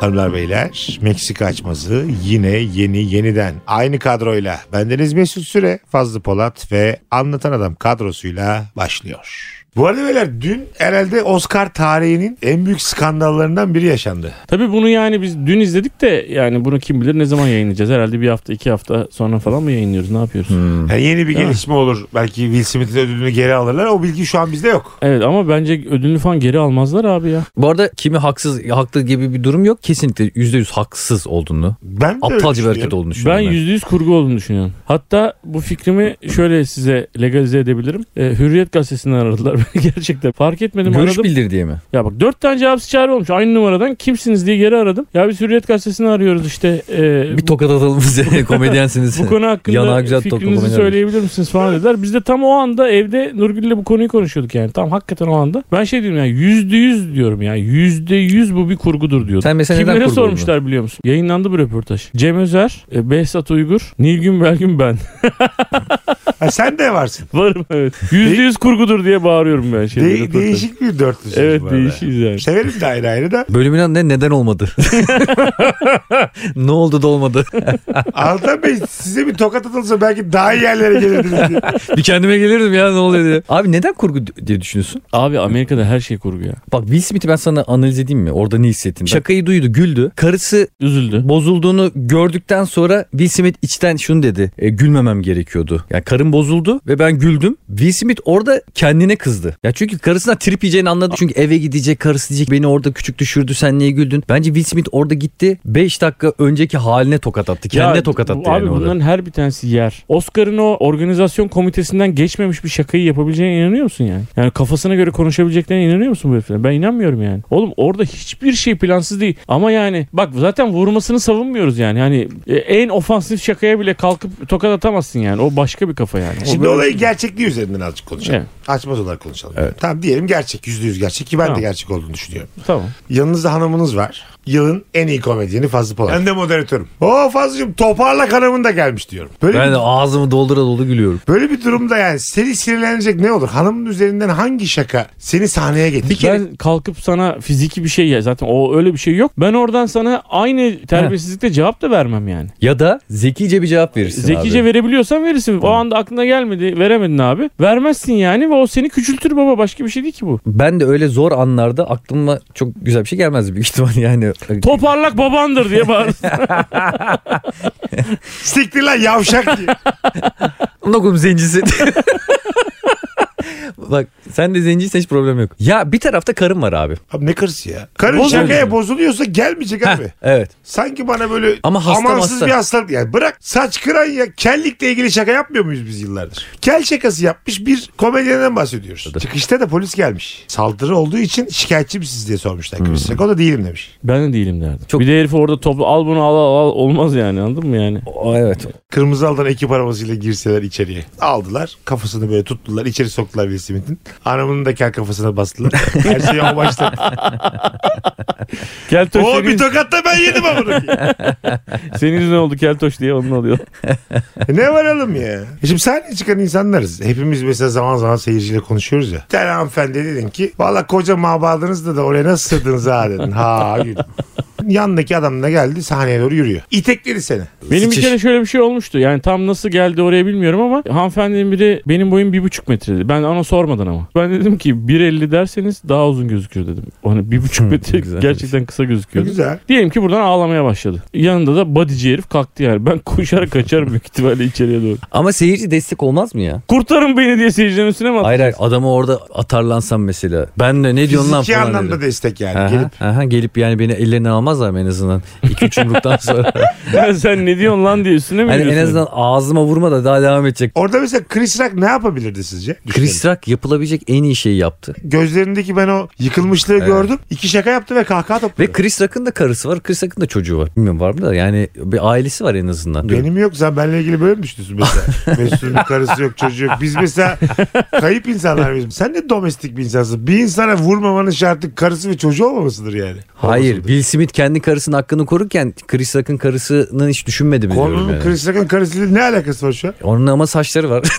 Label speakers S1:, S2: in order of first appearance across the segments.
S1: Hanımlar beyler Meksika açması yine yeni yeniden aynı kadroyla bendeniz Mesut Süre, Fazlı Polat ve Anlatan Adam kadrosuyla başlıyor. Bu arada beyler dün herhalde Oscar tarihinin en büyük skandallarından biri yaşandı.
S2: Tabii bunu yani biz dün izledik de yani bunu kim bilir ne zaman yayınlayacağız? Herhalde bir hafta iki hafta sonra falan mı yayınlıyoruz? Ne yapıyoruz?
S1: Yani yeni bir gelişme olur. Belki Will Smith'in ödülünü geri alırlar. O bilgi şu an bizde yok.
S2: Evet ama bence ödülünü falan geri almazlar abi ya.
S3: Bu arada kimi haksız haklı gibi bir durum yok. Kesinlikle %100 haksız olduğunu.
S1: Ben de öyle
S3: Aptalca bir hareket
S1: düşünüyorum.
S3: olduğunu
S2: Ben
S3: düşünüyorum.
S2: yüzde yüz kurgu olduğunu düşünüyorum. Hatta bu fikrimi şöyle size legalize edebilirim. Ee, Hürriyet gazetesinden aradılar beni gerçekten. Fark etmedim
S3: Görüş
S2: aradım.
S3: bildir diye mi?
S2: Ya bak dört tane cevapsız çağrı olmuş aynı numaradan. Kimsiniz diye geri aradım. Ya biz Hürriyet gazetesini arıyoruz işte. Ee,
S3: Bir tokat atalım bize komedyensiniz.
S2: bu konu hakkında
S3: Yanağı güzel toplama
S2: fikrinizi
S3: oynamış.
S2: söyleyebilir misiniz falan dediler. Biz de tam o anda evde Nurgül'le bu konuyu konuşuyorduk yani. Tam hakikaten o anda. Ben şey diyorum ya yüzde yüz diyorum ya. Yüzde yüz bu bir kurgudur diyordum.
S3: Sen mesela neden
S2: Kimlere
S3: kurgu
S2: sormuşlar biliyor musun? Yayınlandı bu röportaj. Cem Özer, e, Behzat Uygur, Nilgün Belgün ben.
S1: Ha, sen de varsın.
S2: Varım evet. Yüzde yüz kurgudur diye bağırıyorum ben. Şey,
S1: De- değişik bir dörtlüsün
S2: Evet
S1: bu arada.
S2: değişiyiz yani.
S1: Severim de ayrı ayrı da.
S3: Bölümün adı ne? Neden olmadı? ne oldu da olmadı?
S1: Altan Bey size bir tokat atılsa belki daha iyi yerlere gelirdiniz diye.
S3: bir kendime gelirdim ya ne oluyor diye. Abi neden kurgu d- diye düşünüyorsun?
S2: Abi Amerika'da her şey kurgu ya.
S3: Bak Will Smith'i ben sana analiz edeyim mi? Orada ne hissettin? Şakayı duydu güldü. Karısı
S2: Üzüldü.
S3: bozulduğunu gördükten sonra Will Smith içten şunu dedi. "E, gülmemem gerekiyordu. Yani karım bozuldu ve ben güldüm. Will Smith orada kendine kızdı. Ya çünkü karısına trip yiyeceğini anladı. Çünkü eve gidecek karısı diyecek beni orada küçük düşürdü sen niye güldün? Bence Will Smith orada gitti 5 dakika önceki haline tokat attı. Kendine
S2: Ya,
S3: tokat attı
S2: bu- Abi
S3: yani orada.
S2: bunların her bir tanesi yer. Oscar'ın o organizasyon komitesinden geçmemiş bir şakayı yapabileceğine inanıyor musun yani? Yani kafasına göre konuşabileceklerine inanıyor musun bu heriflere? Ben inanmıyorum yani. Oğlum orada hiçbir şey plansız değil. Ama yani bak zaten vurmasını savunmuyoruz yani. Hani e, en ofansif şakaya bile kalkıp tokat atamazsın yani. O başka bir kafa yani. O
S1: E Şimdi
S2: böyle-
S1: olayın gerçekliği üzerinden azıcık konuşalım.
S2: Evet.
S1: Açmaz olarak konuşalım. Tamam diyelim gerçek. Yüzde yüz gerçek ki ben de
S2: Tamam.
S1: gerçek olduğunu düşünüyorum.
S2: Tamam.
S1: Yanınızda hanımınız var. Yılın en iyi komedyeni Fazlı Polat. Ben de moderatörüm. O Fazlıcığım toparlak hanımın da gelmiş diyorum. Böyle,
S3: Ben de
S1: bir,
S3: ağzımı doldura dolu gülüyorum.
S1: böyle bir durumda yani seni sinirlenecek ne olur? Hanımın üzerinden hangi şaka seni sahneye getirir?
S2: Bir kere... Ben kalkıp sana fiziki bir şey ya zaten o öyle bir şey yok. Ben oradan sana aynı terbiyesizlikle cevap da vermem yani.
S3: Ya da zekice bir cevap verirsin
S2: Zekice
S3: abi.
S2: verebiliyorsan verirsin. O anda aklına gelmedi, veremedin abi. Vermezsin yani ve o seni küçültür baba. Başka bir şey değil ki bu.
S3: ben de öyle zor anlarda aklıma çok güzel bir şey gelmez büyük ihtimal yani.
S2: Toparlak babandır diye bağırırsın.
S1: Siktir lan yavşak diye.
S3: Lokum zencisi. Bak sen de zenciysen hiç problem yok. Ya bir tarafta karım var abi.
S1: Abi ne karısı ya? Karın
S2: Bozulur.
S1: şakaya bozuluyorsa gelmeyecek
S3: Heh,
S1: abi.
S3: evet.
S1: Sanki bana böyle
S3: Ama hasta
S1: amansız
S3: hasta.
S1: bir hastalık. Yani bırak saç kıran ya kellikle ilgili şaka yapmıyor muyuz biz yıllardır? Kel şakası yapmış bir komedyenden bahsediyoruz.
S3: Tabii.
S1: Çıkışta da polis gelmiş. Saldırı olduğu için şikayetçi misiniz diye sormuşlar. Hmm. Şaka da değilim demiş.
S2: ben de değilim derdim.
S3: Çok-
S2: Bir de herifi orada topla al bunu al al al olmaz yani anladın mı yani?
S3: O, evet.
S1: Kırmızı aldan ekip arabasıyla girseler içeriye. Aldılar. Kafasını böyle tuttular. içeri soktular Will Smith'in. Anamının da kel kafasına bastılar. Her şey o başta.
S2: Keltoş
S1: o bir
S2: senin,
S1: tokat da ben yedim amına. koyayım.
S2: senin yüzünden oldu keltoş diye onun oluyor.
S1: ne var oğlum ya? E Şimdi sahneye çıkan insanlarız. Hepimiz mesela zaman zaman seyirciyle konuşuyoruz ya. Bir tane hanımefendi dedin ki valla koca mabadınızda da oraya nasıl sığdınız ha dedin. Ha güldüm. Yandaki adam da geldi sahneye doğru yürüyor. İtekledi seni.
S2: Benim bir
S3: Sıçış.
S2: kere şöyle bir şey olmuştu. Yani tam nasıl geldi oraya bilmiyorum ama hanımefendinin biri benim boyum bir buçuk metreydi. Ben ona sormadan ama. Ben dedim ki 1.50 derseniz daha uzun gözükür dedim. Hani bir buçuk metre
S3: güzelmiş.
S2: gerçekten kısa gözüküyordu.
S1: Güzel.
S2: Diyelim ki buradan ağlamaya başladı. Yanında da bodyci herif kalktı yani. Ben koşar kaçarım büyük ihtimalle içeriye doğru.
S3: Ama seyirci destek olmaz mı ya?
S2: Kurtarın beni diye seyircilerin üstüne mi attı?
S3: Hayır hayır adamı orada atarlansam mesela. Ben de ne diyorsun lan
S1: Fiziki
S3: falan
S1: anlamda
S3: derim.
S1: destek yani.
S3: Aha,
S1: Gelip
S3: aha, gelip yani beni ellerine almazlar mı en azından? İki üç yumruktan sonra.
S2: Ya Sen ne diyorsun lan diye üstüne mi
S3: hani en
S2: yürüyorsun?
S3: azından ağzıma vurma da daha devam edecek.
S1: Orada mesela Chris Rock ne yapabilirdi sizce? Düşünelim.
S3: Chris Rock yapılabilecek en iyi şeyi yaptı.
S1: Gözlerindeki ben o yıkılmışlığı
S3: Evet.
S1: gördüm. İki şaka yaptı ve kahkaha topladı.
S3: Ve Chris Rock'ın da karısı var. Chris Rock'ın da çocuğu var. Bilmiyorum var mı da yani bir ailesi var en azından.
S1: Benim yok. Sen benimle ilgili böyle mi düşünüyorsun mesela? Mesut'un karısı yok, çocuğu yok. Biz mesela kayıp insanlar bizim. Sen de domestik bir insansın. Bir insana vurmamanın şartı karısı ve çocuğu olmamasıdır yani.
S3: Hayır
S1: Olmasıdır.
S3: Will Smith kendi karısının hakkını korurken Chris Rock'ın karısını hiç düşünmedi mi diyorum
S1: Konunun
S3: yani.
S1: Chris Rock'ın karısıyla ne alakası var şu an?
S3: Onun ama saçları var.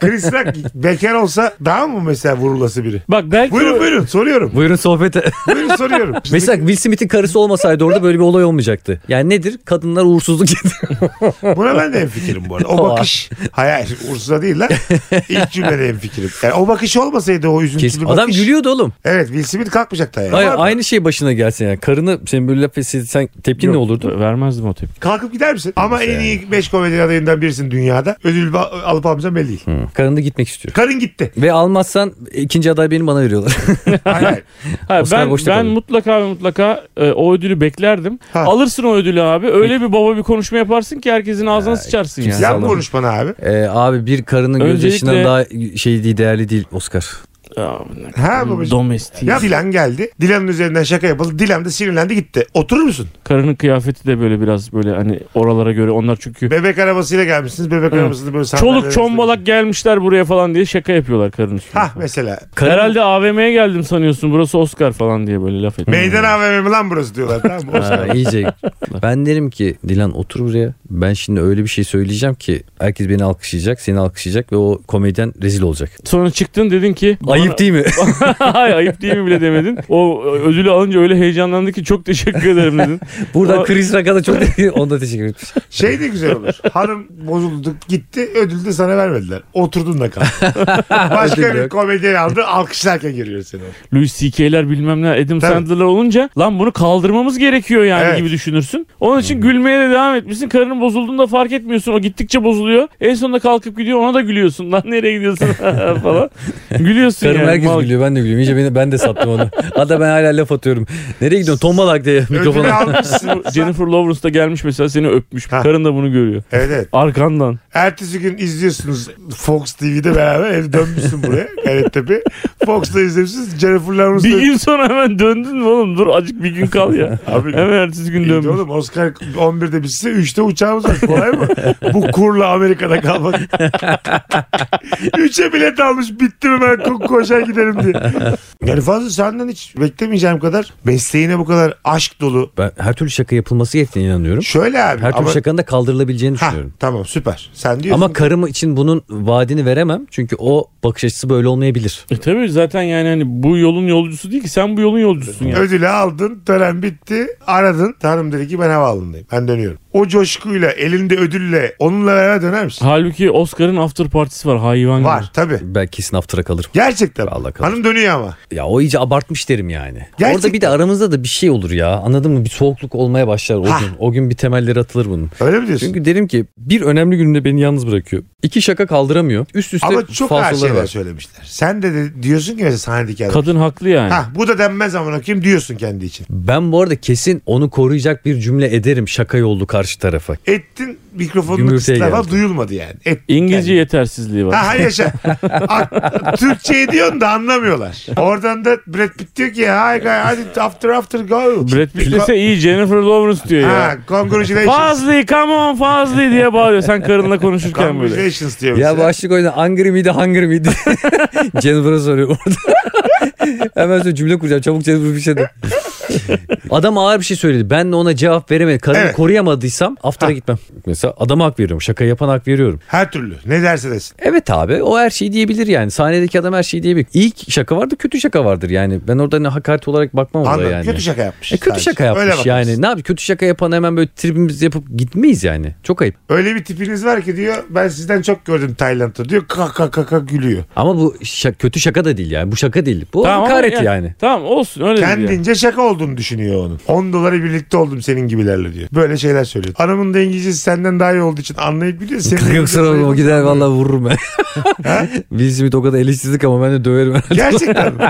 S1: Chris Rock bekar olsa daha mı mesela vurulası biri?
S2: Bak belki o-
S1: Buyurun buyurun soruyorum.
S3: Buyurun sohbete.
S1: Buyurun soruyorum.
S3: Mesela Will Smith'in karısı olmasaydı orada böyle bir olay olmayacaktı. Yani nedir? Kadınlar uğursuzluk getiriyor.
S1: Buna ben de hemfikirim bu arada. O
S3: Oha.
S1: bakış. Hayır Ursu'da değil lan. İlk cümlede hemfikirim. Yani o bakış olmasaydı o üzüntülü
S3: Kesin.
S1: bakış. E,
S3: Adam gülüyordu oğlum.
S1: Evet Will Smith kalkmayacaktı ayağa.
S3: Hayır,
S1: Ama
S3: aynı şey başına gelsin yani. Karını sen böyle laf etsin, sen tepkin ne
S2: Yok,
S3: olurdu?
S2: Vermezdim o tepki.
S1: Kalkıp gider misin? Ama en iyi 5 komedi adayından birisin dünyada. Ödül ba- alıp almayacağım belli değil.
S3: Karını da gitmek istiyor.
S1: Karın gitti.
S3: Ve almazsan ikinci aday benim bana veriyorlar.
S1: Hayır, hayır.
S2: Ha,
S3: Oscar
S2: ben
S3: boşta
S2: ben
S3: kalıyor.
S2: mutlaka ve mutlaka e, o ödülü beklerdim.
S1: Ha.
S2: Alırsın o ödülü abi. Öyle bir baba bir konuşma yaparsın ki herkesin ağzına sıçarsın yani.
S3: kimse-
S1: Yan
S3: Sağlam.
S1: vuruş bana abi.
S3: Ee, abi bir karının göz
S2: Öncelikle-
S3: yaşından daha şey değil, değerli değil Oscar.
S2: Ya,
S1: Ha babacığım.
S2: Domestik.
S1: Ya Dilan geldi. Dilan'ın üzerinden şaka yapıldı. Dilan da sinirlendi gitti. Oturur musun?
S2: Karının kıyafeti de böyle biraz böyle hani oralara göre onlar çünkü
S1: Bebek arabasıyla gelmişsiniz. Bebek
S2: Hı.
S1: arabasında böyle sandalyeler-
S2: çoluk çombalak gelmişler buraya falan diye şaka yapıyorlar karın üstüne.
S1: Hah mesela.
S3: Karın-
S2: Herhalde AVM'ye geldim sanıyorsun burası Oscar falan diye böyle laf ediyor.
S1: Meydan AVM mi lan burası diyorlar. Tamam mı?
S3: Ha, iyice. ben derim ki Dilan otur buraya. Ben şimdi öyle bir şey söyleyeceğim ki herkes beni alkışlayacak, seni alkışlayacak ve o komedyen rezil olacak.
S2: Sonra çıktın dedin ki
S3: Ayıp değil mi?
S2: Hayır ayıp değil mi bile demedin. O ödülü alınca öyle heyecanlandı ki çok teşekkür ederim dedin.
S3: Buradan
S2: O-
S3: Chris Rock'a da çok onda teşekkür ederim.
S1: Şey de güzel olur. Hanım bozuldu gitti ödülü de sana vermediler. Oturdun da kaldın. Başka
S3: Ödül
S1: bir
S3: yok.
S1: komedyen aldı alkışlarken giriyor seni.
S2: Louis C.K.'ler bilmem ne
S1: Tabii.
S2: Adam Sandler'lar olunca lan bunu kaldırmamız gerekiyor yani
S1: Evet. Hmm.
S2: gibi düşünürsün. Onun için gülmeye de devam etmişsin. Karının bozulduğunda fark etmiyorsun. O gittikçe bozuluyor. En sonunda kalkıp gidiyor ona da gülüyorsun. Lan nereye gidiyorsun falan. Gülüyorsun
S3: Karım
S2: yani.
S3: herkes
S2: Mal-
S3: gülüyor ben de gülüyorum. İyice beni, ben de sattım onu. Hatta ben hala laf atıyorum. Nereye gidiyorsun? Tombalak diye
S1: Ödülü
S3: mikrofona.
S1: almışsın.
S2: Jennifer Lawrence da gelmiş mesela seni öpmüş.
S1: Ha.
S2: Karın da bunu görüyor.
S1: Evet, evet.
S2: Arkandan.
S1: Ertesi gün izliyorsunuz Fox TV'de beraber ev dönmüşsün buraya Gayrettepe. Fox'ta izlemişsiniz. Jennifer
S2: Bir
S1: Lawrence'da.
S2: gün sonra hemen döndün mü oğlum? Dur acık bir gün kal ya.
S1: Abi
S2: Hemen ertesi gün
S1: İyiydi
S2: dönmüş.
S1: oğlum Oscar 11'de bitse 3'te uçağımız var. Kolay mı? Bu kurla Amerika'da kalmak. 3'e bilet almış bitti mi ben ko- koşar giderim diye. Yani fazla senden hiç beklemeyeceğim kadar mesleğine bu kadar aşk dolu.
S3: Ben her türlü şaka yapılması gerektiğine inanıyorum.
S1: Şöyle abi.
S3: Her türlü
S1: ama-
S3: şakanın da kaldırılabileceğini
S1: Ha,
S3: düşünüyorum.
S1: tamam süper. Sen diyorsun.
S3: Ama karım için bunun vaadini veremem. Çünkü o bakış açısı böyle olmayabilir.
S2: E tabii zaten yani hani bu yolun yolcusu değil ki sen bu yolun yolcusun yani.
S1: Ödülü aldın, tören bitti, aradın. Tanrım dedi ki ben havaalanındayım, ben dönüyorum. O coşkuyla, elinde ödülle, onunla beraber döner misin?
S2: Halbuki Oscar'ın after partisi var hayvan gibi.
S1: Var tabii.
S3: Ben kesin after'a kalırım.
S1: Gerçekten.
S3: Allah kahretsin.
S1: Hanım dönüyor ama.
S3: Ya o iyice abartmış derim yani.
S1: Gerçekten.
S3: Orada bir de aramızda da bir şey olur ya. Anladın mı? Bir soğukluk olmaya başlar o
S1: Ha.
S3: gün. O gün bir temelleri atılır bunun.
S1: Öyle mi diyorsun?
S3: Çünkü derim ki bir önemli gününde beni yalnız bırakıyor. İki şaka kaldıramıyor. Üst üste
S1: Ama çok ağır
S3: falsoları
S1: şeyler
S3: var.
S1: söylemişler. Sen de, de diyorsun ki mesela sahnedeki adam.
S2: Kadın haklı yani.
S1: Hah, bu da denmez amına koyayım diyorsun kendi için.
S3: Ben bu arada kesin onu koruyacak bir cümle ederim şaka yollu karşı tarafa.
S1: Ettin mikrofonunu
S3: Gümrüğe
S1: kıstılar ama
S3: geldi.
S1: duyulmadı yani. Ettin
S2: İngilizce
S1: yani.
S2: yetersizliği var.
S1: Ha ha, yaşa. A- Türkçe diyorsun da anlamıyorlar. Oradan da Brad Pitt diyor ki hi guy hadi after after go.
S2: Brad Pitt dese iyi Jennifer Lawrence diyor
S1: Ha,
S2: ya.
S1: congratulations.
S2: Fazlı come on Fazlı diye bağırıyor sen karınla konuşurken böyle.
S1: Congratulations diyor.
S3: Ya
S1: mesela.
S3: başlık oyunda hungry miydi hungry miydi? Jennifer'a soruyor orada. Hemen sonra cümle kuracağım. Çabuk Jennifer bir şey de. Adam ağır bir şey söyledi. Ben de ona cevap veremedim. Karımı
S1: Evet.
S3: koruyamadıysam after'a gitmem. Mesela adama hak veriyorum. Şaka yapan hak veriyorum.
S1: Her türlü. Ne derse desin.
S3: Evet abi o her şeyi diyebilir yani. Sahnedeki adam her şeyi diyebilir. İyi ki şaka vardır kötü şaka vardır yani. Ben orada ne hakaret olarak bakmam oraya
S1: Anladım.
S3: yani.
S1: Kötü şaka yapmış.
S3: E kötü
S1: sadece.
S3: şaka
S1: Öyle
S3: yapmış
S1: bakarsın.
S3: yani. Ne yapayım kötü şaka yapan hemen böyle tribimizi yapıp gitmeyiz yani. Çok ayıp.
S1: Öyle bir tipiniz var ki diyor ben sizden çok gördüm Tayland'da diyor kaka kaka gülüyor.
S3: Ama bu şa- kötü şaka da değil yani. Bu şaka değil. Bu
S2: Tamam ama
S3: hakaret yani.
S2: Tamam olsun öyle dedi yani.
S1: Kendince şaka olduğunu düşünüyor onun. 10 doları birlikte oldum senin gibilerle diyor. Böyle şeyler söylüyor. Hanımın da İngilizcesi senden daha iyi olduğu için anlayıp biliyor. Senin
S3: Yoksa
S1: İngilizcesi-
S3: o gider vallahi vururum ben. Will Smith o kadar eleştirdik ama ben de döverim.
S1: Gerçekten mi?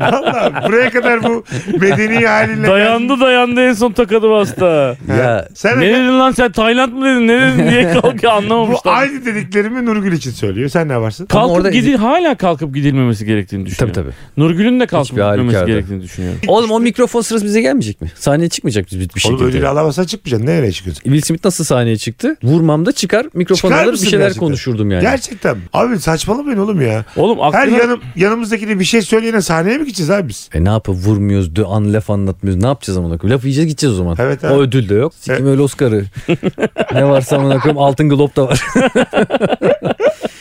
S1: Valla buraya kadar bu medeni halinle.
S2: Dayandı dayandı en son takadı bastı.
S1: Ha.
S3: ya
S1: Sen
S2: ne dedin lan sen Tayland mı dedin ne dedin diye kalkıyor
S1: bu
S2: anlamamışlar.
S1: aynı dediklerimi Nurgül için söylüyor. Sen ne varsın?
S3: Ama
S2: Kalkıp
S3: orada-
S2: gidil hala kalkıp gidilmemesi gerektiğini
S3: tabii
S1: şey
S2: düşünüyorum.
S3: tabii.
S2: Nurgül'ün de kalkıp
S3: Hiçbir
S2: gitmemesi
S3: halükarda.
S2: gerektiğini düşünüyorum.
S3: Oğlum o mikrofon sırası bize gelmeyecek mi? Sahneye çıkmayacak biz bir şekilde.
S1: Oğlum ödülü alamasa çıkmayacaksın. Nereye çıkıyorsun?
S3: Will Smith nasıl sahneye çıktı? Vurmamda çıkar mikrofon
S1: Çıkar
S3: alır bir
S1: mısın
S3: şeyler
S1: gerçekten?
S3: konuşurdum yani.
S1: Gerçekten. Abi saçmalamayın oğlum ya.
S2: Oğlum aklına...
S1: Her yanım, yanımızdakine bir şey söyleyene sahneye mi gideceğiz abi biz?
S3: E ne yapıp vurmuyoruz, dö an laf anlatmıyoruz. Ne yapacağız amına koyayım? Laf yiyeceğiz gideceğiz o zaman.
S1: Evet,
S3: O
S1: evet.
S3: ödül de yok. Sikim öyle Oscar'ı. ne varsa amına koyayım altın globe da var.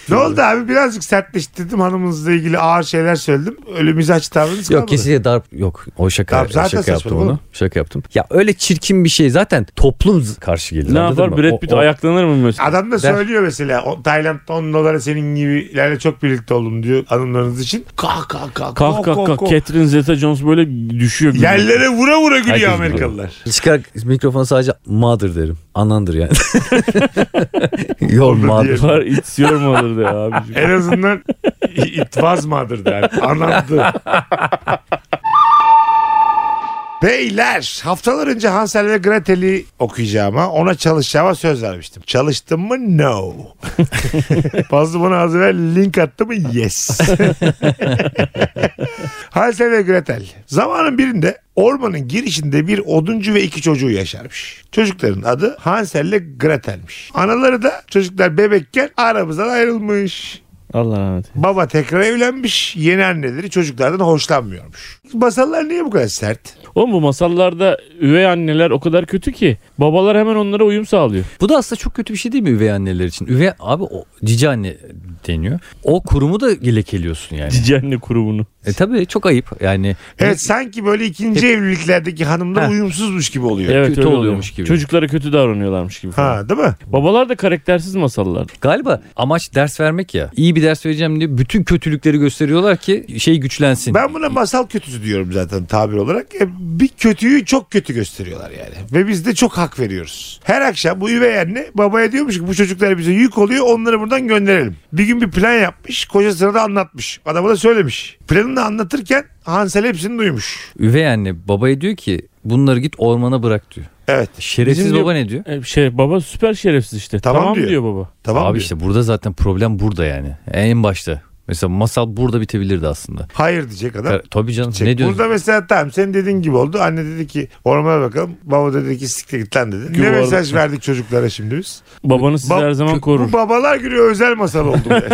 S1: Ne oldu abi birazcık sertleştirdim hanımınızla ilgili ağır şeyler söyledim. Öyle mizaç tavrınız kalmadı.
S3: yok kesinlikle darp yok. O şaka,
S1: Darp zaten
S3: şaka
S1: saçma
S3: yaptım
S1: oğlum.
S3: onu. Şaka yaptım. Ya öyle çirkin bir şey zaten toplum z- karşı gelir.
S2: ne
S3: anladın
S2: yapar?
S3: mı?
S2: Brad
S3: O-
S2: Pitt
S3: o-
S2: ayaklanır mı mesela?
S1: Adam da
S3: Ben-
S1: söylüyor mesela o, Tayland'da 10 dolara senin gibilerle çok birlikte oldum diyor hanımlarınız için. Kah kah kah.
S2: Kah kah kah. Catherine Zeta-Jones böyle düşüyor. gülüyor.
S1: Yerlere vura vura gülüyor
S3: Herkes
S1: Amerikalılar.
S3: Çıkar mikrofona sadece mother derim. Anandır yani. Your
S1: Onu
S3: mother.
S1: diyelim.
S2: Var it's your mother de abicim.
S1: En azından it was mother der. Anlattı. Beyler haftalar önce Hansel ve Gretel'i okuyacağıma ona çalışacağıma söz vermiştim. Çalıştım mı? No. Fazla bana az evvel link attı mı? Yes. Hansel ve Gretel. Zamanın birinde ormanın girişinde bir oduncu ve iki çocuğu yaşarmış. Çocukların adı Hansel ile Gretel'miş. Anaları da çocuklar bebekken aramızdan ayrılmış.
S2: Allah rahmet eylesin.
S1: Baba tekrar evlenmiş. Yeni anneleri çocuklardan hoşlanmıyormuş. Masallar niye bu kadar sert?
S2: Oğlum bu masallarda üvey anneler o kadar kötü ki babalar hemen onlara uyum sağlıyor.
S3: Bu da aslında çok kötü bir şey değil mi üvey anneler için? Üvey abi o cici anne deniyor. O kurumu da gelekeliyorsun yani.
S2: Cici anne kurumunu.
S3: E tabii çok ayıp yani.
S1: Evet sanki böyle ikinci evliliklerdeki hanımlar uyumsuzmuş gibi oluyor.
S2: Evet
S3: kötü
S2: öyle oluyor.
S3: oluyormuş gibi.
S2: Çocuklara kötü davranıyorlarmış gibi. falan.
S1: Ha değil mi?
S2: Babalar da karaktersiz masallar.
S3: Galiba amaç ders vermek ya. İyi bir ders vereceğim diye bütün kötülükleri gösteriyorlar ki şey güçlensin.
S1: Ben buna masal kötüsü diyorum zaten tabir olarak. E, bir kötüyü çok kötü gösteriyorlar yani. Ve biz de çok hak veriyoruz. Her akşam bu üvey anne babaya diyormuş ki bu çocuklar bize yük oluyor onları buradan gönderelim. Bir gün bir plan yapmış kocasına da anlatmış. Adama da söylemiş. Planını da anlatırken Hansel hepsini duymuş.
S3: Üvey anne babaya diyor ki bunları git ormana bırak diyor.
S1: Evet
S3: Şerefsiz
S2: Bizim diyor-
S3: baba ne diyor?
S2: E, Şey baba süper şerefsiz işte.
S1: Tamam
S2: Tamam, diyor.
S1: diyor
S2: baba.
S1: tamam
S3: Abi
S1: diyor.
S3: işte burada zaten problem burada yani. En başta. Mesela masal burada bitebilirdi aslında.
S1: Hayır diyecek adam.
S3: Tabi Tabii canım
S1: Çek.
S3: ne diyorsun?
S1: Burada mesela tamam senin dediğin gibi oldu. Anne dedi ki ormana bakalım. Baba dedi ki siktir git lan dedi.
S2: Yuvarlak.
S1: Ne mesaj verdik çocuklara şimdi biz?
S2: Babanız sizi
S1: Ba-
S2: her zaman korur.
S1: Bu babalar günü özel masal oldu. bu yani.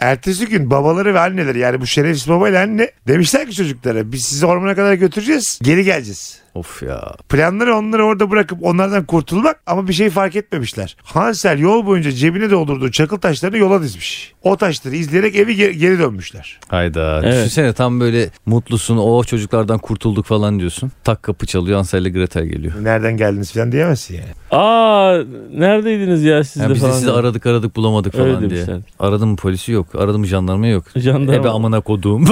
S1: Ertesi gün babaları ve anneleri yani bu şerefsiz babayla anne demişler ki çocuklara biz sizi ormana kadar götüreceğiz geri geleceğiz.
S3: Of ya.
S1: Planları onları orada bırakıp onlardan kurtulmak ama bir şey fark etmemişler. Hansel yol boyunca cebine doldurduğu çakıl taşlarını yola dizmiş. O taşları izleyerek evi ge- geri dönmüşler.
S3: Hayda.
S2: Evet.
S3: Düşünsene tam böyle mutlusun. O çocuklardan kurtulduk falan diyorsun. Tak kapı çalıyor. Ansel ile Gretel geliyor.
S1: Nereden geldiniz falan diyemezsin yani.
S2: Aa neredeydiniz ya siz
S3: Yani
S2: de
S3: biz de
S2: falan.
S3: sizi aradık aradık bulamadık
S2: Öyle
S3: falan diye.
S2: demişler.
S3: Aradım mı polisi yok. Aradım mı jandarma yok.
S2: Jandarma.
S3: Ebe amına koduğum.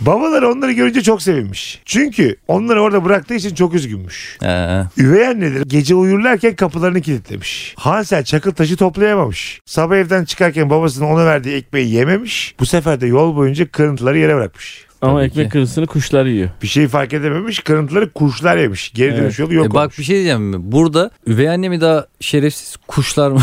S1: Babaları onları görünce çok sevinmiş. Çünkü onları orada bıraktığı için çok üzgünmüş.
S3: Ee,
S1: Üvey anneleri gece uyurlarken kapılarını kilitlemiş. Hansel çakıl taşı toplayamamış. Sabah evden çıkarken babasının ona verdiği ekmeği yememiş. Bu sefer de yol boyunca kırıntıları yere bırakmış.
S2: Ama
S3: Tabii
S2: ekmek
S3: ki.
S2: kırısını kuşlar yiyor.
S1: Bir şey fark edememiş. Kırıntıları kuşlar yemiş. Geri
S2: Evet.
S1: dönüş yolu yok
S3: e bak
S1: olmuş.
S3: bir şey diyeceğim mi? Burada üvey anne mi daha şerefsiz kuşlar mı?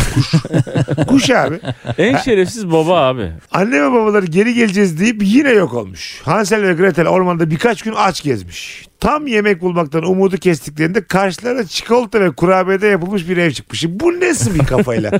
S1: Kuş abi.
S2: En şerefsiz baba abi.
S1: Anne ve babaları geri geleceğiz deyip yine yok olmuş. Hansel ve Gretel ormanda birkaç gün aç gezmiş. Tam yemek bulmaktan umudu kestiklerinde karşılarına çikolata ve kurabiyede yapılmış bir ev çıkmış. Şimdi Bu nasıl bir kafayla?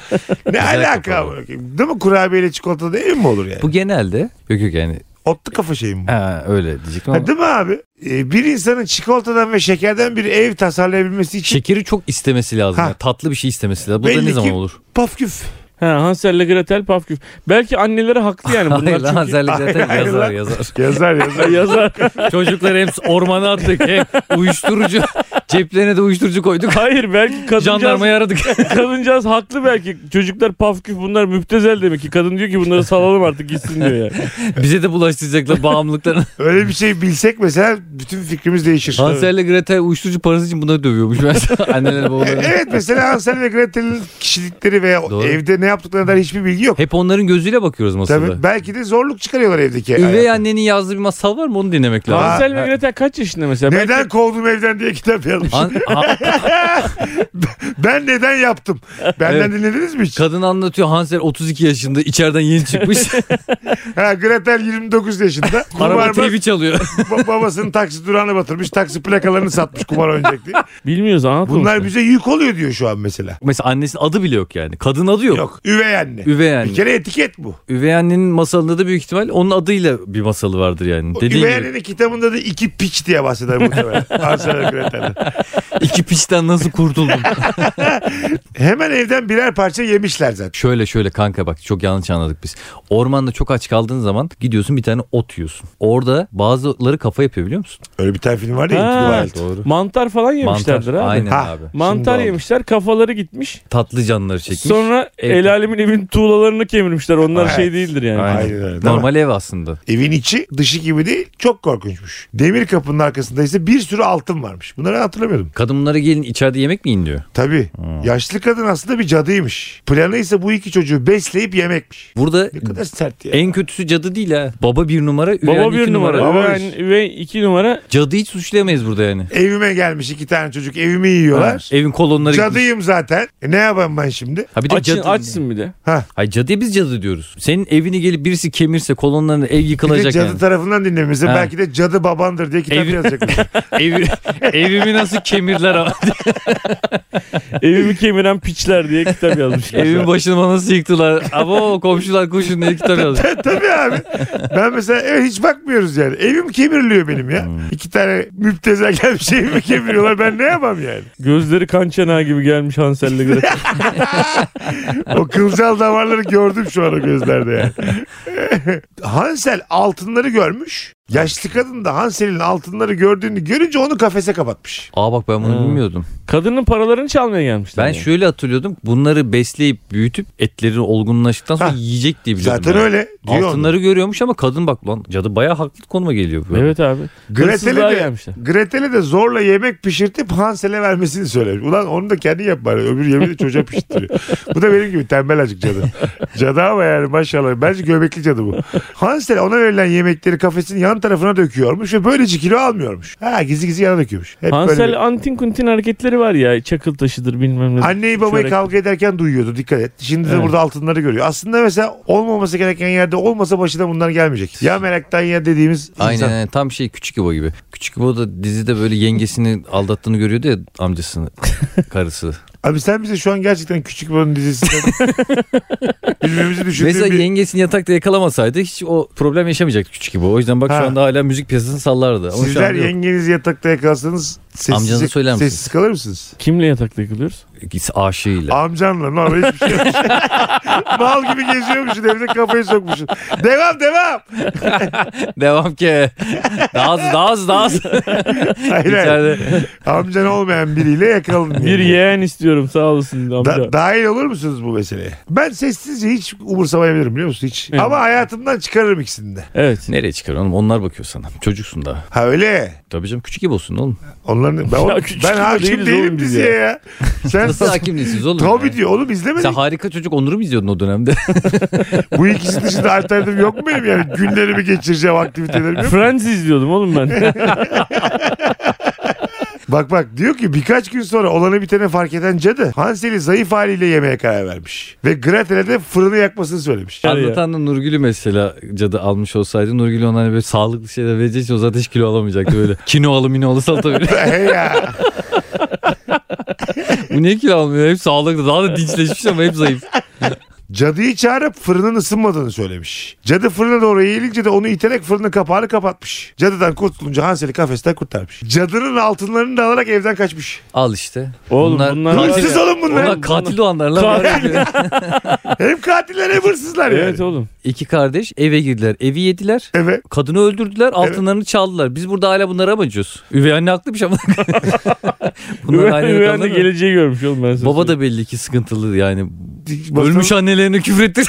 S1: ne alaka?
S3: kafa.
S1: bu? Değil mi kurabiyeyle çikolata da ev mi olur yani?
S3: Bu genelde. Yok yok yani.
S1: Otlu kafa şeyi mi? bu?
S3: Ha, öyle diyecektim ama.
S1: Ha, değil mi abi? Ee, bir insanın çikolatadan ve şekerden bir ev tasarlayabilmesi için
S3: Şekeri çok istemesi lazım.
S1: Ha.
S3: yani. tatlı bir şey istemesi lazım. Bu da
S1: Belli
S3: ne
S1: ki-
S3: zaman olur?
S1: pafküf.
S2: He, Hansel ile Gretel Pafküf. Belki anneleri haklı yani. Bunlar
S3: Hayır
S2: çünkü...
S3: lan Hansel ile Gretel
S1: Hayır, hayır
S3: yazar
S1: lan.
S3: yazar.
S1: Yazar yazar.
S2: Yazar.
S3: Çocukları hem ormana attık hem uyuşturucu ceplerine de uyuşturucu koyduk.
S2: Hayır belki kadıncağız,
S3: Jandarmayı aradık.
S2: kadıncağız haklı belki. Çocuklar pafküf bunlar müptezel demek ki. Kadın diyor ki bunları salalım artık gitsin diyor yani.
S3: Bize de bulaştıracaklar bağımlılıklarını.
S1: Öyle bir şey bilsek mesela bütün fikrimiz değişir.
S3: Hansel ile Gretel uyuşturucu parası için bunları dövüyormuş. Ben anneler babaları.
S1: E, Evet mesela Hansel ve Gretel'in kişilikleri veya
S3: Doğru.
S1: evde ne yaptıklarına dair hiçbir bilgi yok.
S3: Hep onların gözüyle bakıyoruz
S1: Tabii
S3: masada.
S1: belki de zorluk çıkarıyorlar evdeki.
S3: Üvey
S1: hayata.
S3: annenin yazdığı bir masal var mı onu dinlemek lazım.
S1: Aa,
S2: Hansel ve Gretel kaç yaşında mesela?
S1: Neden
S2: Belki
S1: kovdum evden diye kitap yapıyorum.
S3: An- a-
S1: Ben neden yaptım? Benden
S3: Evet.
S1: dinlediniz mi hiç?
S3: kadın anlatıyor Hansel 32 yaşında içeriden yeni çıkmış.
S1: Ha, Gretel 29 yaşında.
S3: Araba
S1: Kumarbaz
S3: TV çalıyor.
S1: ba- babasının taksi durağına batırmış. Taksi plakalarını satmış kumar oynayacak diye.
S2: Bilmiyoruz anlatmamışlar.
S1: Bunlar bize yük oluyor diyor şu an mesela.
S3: Mesela annesinin adı bile yok yani. Kadın adı yok.
S1: Yok. Üvey anne.
S3: Üvey anne.
S1: Bir kere etiket bu.
S3: Üvey annenin masalında da büyük ihtimal onun adıyla bir masalı vardır yani. Dediğin
S1: Üvey
S3: gibi
S1: annenin kitabında da iki piç diye bahseder muhtemelen. Hansel ve Gretel'den.
S3: iki piçten nasıl kurtuldum?
S1: Hemen evden birer parça yemişler zaten.
S3: şöyle şöyle kanka bak çok yanlış anladık biz. Ormanda çok aç kaldığın zaman gidiyorsun bir tane ot yiyorsun. Orada bazıları kafa yapıyor biliyor musun?
S1: Öyle bir tane film var ya.
S2: Ha,
S1: Ha,
S3: Doğru.
S2: Mantar falan yemişlerdir
S3: Mantar.
S2: abi.
S3: Aynen
S1: Ha.
S3: abi.
S2: Mantar
S3: Şimdi
S2: yemişler kafaları gitmiş.
S3: aldım. Tatlı canları çekmiş.
S2: Sonra
S3: Evet.
S2: el alemin evin tuğlalarını kemirmişler. Onlar
S1: Evet.
S2: şey değildir yani.
S3: Aynen.
S1: Aynen öyle, değil mi?
S3: Normal ev aslında.
S1: Evin içi dışı gibi değil. Çok korkunçmuş. Demir kapının arkasında ise bir sürü altın varmış. Bunları hatırlamıyordum.
S3: Kadınlara gelin içeride yemek mi yiyin diyor.
S1: Tabii. Yaşlı kadın aslında bir cadıymış. Planı ise bu iki çocuğu besleyip yemekmiş.
S3: Burada
S1: Ne kadar sert ya.
S3: en kötüsü cadı değil ha. Baba bir numara, üvey
S2: Baba
S3: anne
S2: bir
S3: iki
S2: numara,
S1: numara.
S2: üvey
S1: Baba
S2: anne- üvey iki numara.
S3: Cadı hiç suçlayamayız burada yani.
S1: Evime gelmiş iki tane çocuk evimi yiyorlar.
S3: Evin kolonları gitmiş.
S1: Cadıyım zaten. E ne yapayım ben şimdi?
S3: Ha bir de
S2: Açın,
S3: cadı.
S2: açsın bir de.
S3: Hayır cadıya biz cadı diyoruz. Senin evini gelip birisi kemirse kolonlarını ev
S1: Bir de
S3: yıkılacak
S1: cadı
S3: yani.
S1: tarafından dinlemesi.
S3: Ha.
S1: Belki de cadı babandır diye kitap
S3: Evi-
S1: yazacaklar.
S3: Evi- evimi nasıl kemirler ama.
S2: Evimi kemiren piçler diye kitap yazmışlar.
S3: Evimin başıma nasıl yıktılar. Abo komşular koşun diye kitap yazmış.
S1: Tabii abi. Ben mesela evet, hiç bakmıyoruz yani. Evim kemirliyor benim ya. İki tane müptezel gelmiş evimi kemiriyorlar. Ben ne yapam yani?
S2: Gözleri kan çanağı gibi gelmiş Hansel'le Gretel.
S1: O kılcal damarları gördüm şu an o gözlerde yani. Hansel altınları görmüş. Yaşlı kadın da Hansel'in altınları gördüğünü görünce onu kafese kapatmış.
S3: Aa bak ben bunu
S2: Hmm.
S3: bilmiyordum.
S2: Kadının paralarını çalmaya gelmişler.
S3: Ben
S2: yani.
S3: şöyle hatırlıyordum. Bunları besleyip büyütüp etleri olgunlaştıktan sonra
S1: Hah.
S3: yiyecek diye biliyordum.
S1: Zaten
S3: ben.
S1: öyle. Diyor
S3: Altınları görüyormuş ama kadın bak lan cadı bayağı haklı konuma geliyor. bu.
S2: Evet abi.
S1: Gretel'e
S2: Hırsızlığa
S1: de,
S2: gelmişler.
S1: Gretel'e de zorla yemek pişirtip Hansel'e vermesini söylemiş. Ulan onu da kendi yap bari. Öbür yemeği de çocuğa pişirtiyor. bu da benim gibi tembel azıcık cadı. Cadı ama yani maşallah. Bence göbekli cadı bu. Hansel ona verilen yemekleri kafesinin yan tarafına döküyormuş ve böylece kilo almıyormuş. Ha gizli gizli yana döküyormuş. Hep
S2: Hansel
S1: böyle bir-
S2: antin kuntin hareketleri var ya. Çakıl taşıdır bilmem ne.
S1: Anneyi babayı
S2: Çörek-
S1: kavga ederken duyuyordu dikkat et. Şimdi de
S2: Evet.
S1: burada altınları görüyor. Aslında mesela olmaması gereken yerde olmasa başına bunlar gelmeyecek. Ya meraktan ya dediğimiz
S3: Aynen
S1: insan.
S3: aynen. tam şey Küçük İbo gibi. Küçük İbo da dizide böyle yengesini aldattığını görüyordu ya amcasını, karısı.
S1: Abi sen bize şu an gerçekten küçük bir dizisinden birbirimizi düşündüğün
S3: Mesela
S1: bir...
S3: yengesini yatakta yakalamasaydı hiç o problem yaşamayacaktı Küçük İbo. O yüzden bak
S1: Ha.
S3: şu anda hala müzik piyasasını sallardı. Ama şu
S1: Sizler
S3: anda yok.
S1: yengenizi yatakta yakalsanız
S3: Amcanıza
S1: sessiz,
S3: söyler misiniz?
S1: sessiz kalır mısınız?
S2: Kimle yatakta yıkılıyoruz?
S3: aşığıyla.
S1: Amcanla normal hiçbir şey yok. Mal gibi geziyormuşsun evde kafayı sokmuşsun. Devam devam.
S3: Devam ki. Daha az daha az daha az.
S1: Aynen.
S3: İçeride.
S1: Amcan olmayan biriyle yakaladın.
S2: Bir
S1: yani.
S2: yeğen istiyorum sağ olasın amca.
S1: Da- dahil olur musunuz bu meseleye? Ben sessizce hiç umursamayabilirim biliyor musun? Hiç.
S2: Evet.
S1: Ama hayatımdan çıkarırım ikisini de.
S2: Evet.
S3: Nereye çıkar oğlum? Onlar bakıyor sana. Çocuksun daha.
S1: Ha öyle.
S3: Tabii canım küçük gibi olsun oğlum.
S1: Onların ben,
S2: Ya küçük
S1: ben hakim
S2: değiliz
S1: değilim
S2: oğlum biz
S1: diziye ya. Sen
S3: Nasıl hakim değilsiniz oğlum?
S1: Tabii
S3: ya?
S1: diyor oğlum izlemedik.
S3: Sen harika çocuk Onur'u mu izliyordun o dönemde?
S1: Bu ikisi dışında alternatif yok mu benim yani? Günlerimi geçireceğim aktivitelerim yok.
S2: Friends izliyordum oğlum ben.
S1: Bak bak diyor ki birkaç gün sonra olanı bitene fark eden cadı Hansel'i zayıf haliyle yemeye karar vermiş. Ve Gretel'e de fırını yakmasını söylemiş.
S2: Ya.
S3: Anlatan da Nurgül'ü mesela cadı almış olsaydı Nurgül ona hani böyle sağlıklı şeyler vereceği için o zaten hiç kilo alamayacaktı böyle. Kinoalı minoalı salata böyle.
S1: Hey ya.
S3: Bu niye kilo almıyor? Hep sağlıklı. Daha da dinçleşmiş ama hep zayıf.
S1: Cadıyı çağırıp fırının ısınmadığını söylemiş. Cadı fırına doğru eğilince de onu iterek fırının kapağını kapatmış. Cadıdan kurtulunca Hansel'i kafesten kurtarmış. Cadının altınlarını da alarak evden kaçmış.
S3: Al işte.
S2: Oğlum bunlar var
S1: Hırsız
S2: ya.
S1: oğlum bunlar.
S3: Onlar katil olanlar lan.
S1: Hem katiller hem hırsızlar yani.
S2: Evet oğlum.
S3: İki kardeş eve girdiler. Evi yediler.
S1: Evet.
S3: Kadını öldürdüler, altınlarını çaldılar. Biz burada hala bunları amacıyoruz. Üvey anne haklıymış ama. Bunlar
S2: Üven,
S3: hala
S2: üven de
S3: rakamlar mı?
S2: geleceği görmüş oğlum ben sana
S3: Baba
S2: söyleyeyim.
S3: da belli ki sıkıntılı yani. Ölmüş annelerine küfretti.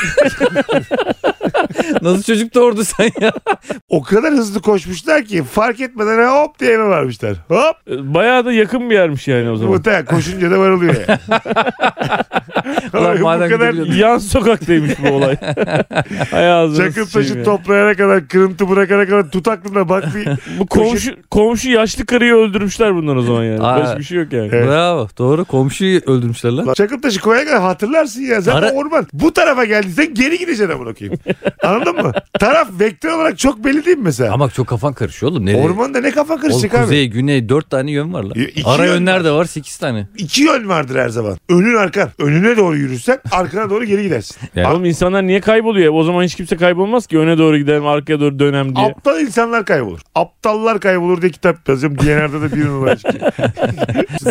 S3: Nasıl çocuk doğurdu sen ya?
S1: O kadar hızlı koşmuşlar ki fark etmeden hop diye eve varmışlar. Hop.
S2: Ee, Bayağı da yakın bir yermiş yani o zaman.
S1: Muhtemelen koşunca da varılıyor yani.
S3: Ulan
S1: bu
S3: madem
S1: kadar
S3: gidebiliyorduk.
S2: Yan sokaktaymış bu olay. Hay ağzını
S1: çakıl
S2: sıçayım
S1: taşı
S2: ya.
S1: toplayana kadar kırıntı bırakana kadar tut aklına bak bir.
S2: Bu komşu, komşu yaşlı karıyı öldürmüşler bundan o zaman yani.
S3: Aa.
S2: Başka bir şey yok yani.
S1: Evet.
S3: Bravo. Doğru. Komşuyu öldürmüşler lan.
S1: Lan Çakıl taşı koyana kadar hatırlarsın ya. Zaten
S3: Ara-
S1: orman. Bu tarafa geldiysen geri gideceksin amına koyayım. Anladın mı? Taraf vektör olarak çok belli değil mi mesela?
S3: Ama çok kafan karışıyor oğlum. Nereye?
S1: Ormanda ne kafa
S3: Oğlum
S1: karışık abi.
S3: kuzey, güney dört tane yön var lan.
S1: Y- iki
S3: Ara
S1: yön
S3: yönler
S1: var.
S3: de var sekiz tane.
S1: İki yön vardır her zaman. Önün arkan. Önüne doğru yürürsen arkana doğru geri gidersin.
S3: Yani-
S2: Oğlum insanlar niye kayboluyor? O zaman hiç kimse kaybolmaz ki. Öne doğru gidelim arkaya doğru dönem diye.
S1: Aptal insanlar kaybolur. Aptallar kaybolur diye kitap yazıyorum. Diyenerde de bir numara çıkıyor.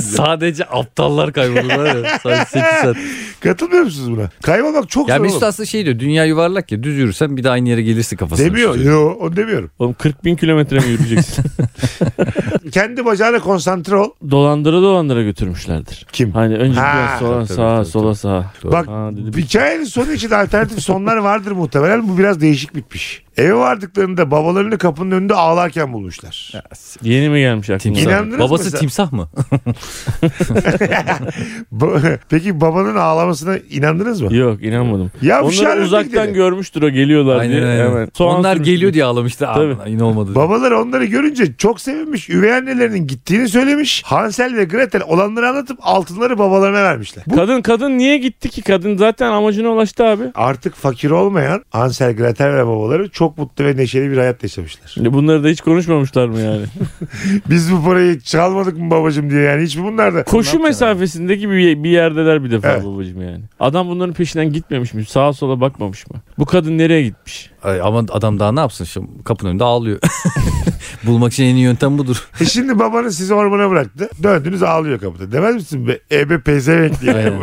S3: Sadece aptallar kaybolurlar ya. Sadece sekiz saat.
S1: Katılmıyor musunuz buna? Kaybolmak çok
S3: Ya
S1: zor
S3: Mesut
S1: oğlum.
S3: aslında şey diyor. Dünya yuvarlak ya. Düz yürürsen bir de aynı yere gelirsin kafasına.
S1: Demiyor.
S3: düşüyor.
S1: Yo, onu demiyorum.
S2: Oğlum 40 bin kilometre mi yürüyeceksin?
S1: Kendi bacağına konsantre ol.
S2: dolandıra dolandıra götürmüşlerdir.
S1: Kim?
S2: Hani önce
S1: Ha,
S2: biraz sola
S3: tabii, tabii,
S2: sağa
S3: tabii,
S2: sola sağa.
S3: Doğru.
S1: Bak
S2: Ha, dedi.
S1: hikayenin sonu için alternatif sonlar vardır muhtemelen. Bu biraz değişik bitmiş. Eve vardıklarında babalarını kapının önünde ağlarken bulmuşlar.
S2: Yeni mi gelmiş aklına?
S3: Timsah.
S1: İnandınız
S3: Babası
S1: mesela.
S3: timsah mı?
S1: Ba- Peki babanın ağlamasına inandınız mı?
S2: Yok inanmadım.
S1: Ya bir şey
S2: Onları
S1: halinde
S2: uzaktan
S1: gidelim.
S2: görmüştür o geliyorlar
S3: Aynen
S2: diye.
S3: aynen.
S2: Hemen. Soğan
S3: Onlar
S2: sürüsü-
S3: geliyor diye ağlamıştı. Aa,
S2: Tabii.
S3: Yine olmadı.
S1: Babaları onları görünce çok sevinmiş. Üvey annelerinin gittiğini söylemiş. Hansel ve Gretel olanları anlatıp altınları babalarına vermişler. Bu
S2: Kadın kadın niye gitti ki? Kadın zaten amacına ulaştı abi.
S1: artık fakir olmayan Hansel, Gretel ve babaları çok mutlu ve neşeli bir hayat yaşamışlar.
S2: Şimdi Bunları da hiç konuşmamışlar mı yani?
S1: Biz bu parayı çalmadık mı babacım diye yani hiç mi bunlar da
S2: Koşu
S3: Ne yapacaksın
S2: mesafesindeki bir, bir yerdeler bir defa
S1: Evet.
S2: babacığım yani. Adam bunların peşinden gitmemiş mi? Sağa sola bakmamış mı? Bu kadın nereye gitmiş?
S3: Ay, ama adam daha ne yapsın? Şimdi kapının önünde ağlıyor. Bulmak için en iyi yöntem budur.
S1: E şimdi babanız sizi ormana bıraktı. Döndünüz ağlıyor kapıda. Demez misin be ebe pezevenk diye.
S3: Aynen.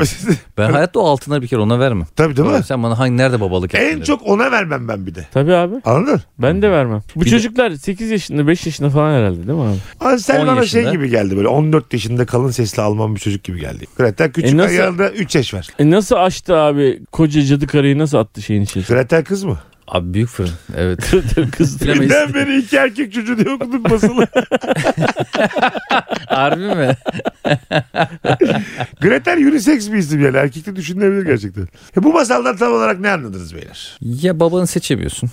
S3: Ben hayatta o altınları bir kere ona verme.
S1: Tabii değil mi?
S3: Sen bana hangi nerede babalık yaptın?
S1: En
S3: dedi.
S1: çok ona vermem ben bir de.
S2: Tabii abi.
S1: Anladın?
S2: Ben de vermem. Bu
S3: Bir de-
S2: çocuklar 8 yaşında 5 yaşında falan herhalde değil mi abi?
S1: Ansel
S3: 10
S1: bana şey
S3: yaşında.
S1: gibi geldi böyle 14 yaşında kalın sesli Alman bir çocuk gibi geldi. Gretel küçük
S2: E nasıl-
S1: ayağında 3 yaş var.
S2: E nasıl açtı abi koca cadı karıyı nasıl attı şeyin içerisine?
S1: Gretel kız mı?
S3: Abi büyük fırın. Evet.
S2: Kızdı.
S3: Bilemeyiz.
S1: Birden beri iki erkek çocuğu diye okuduk basılı.
S3: Harbi mi?
S1: Gretel unisex bir isim yani. Erkekte düşünülebilir gerçekten. E bu masaldan tam olarak ne anladınız beyler?
S3: Ya babanı seçemiyorsun.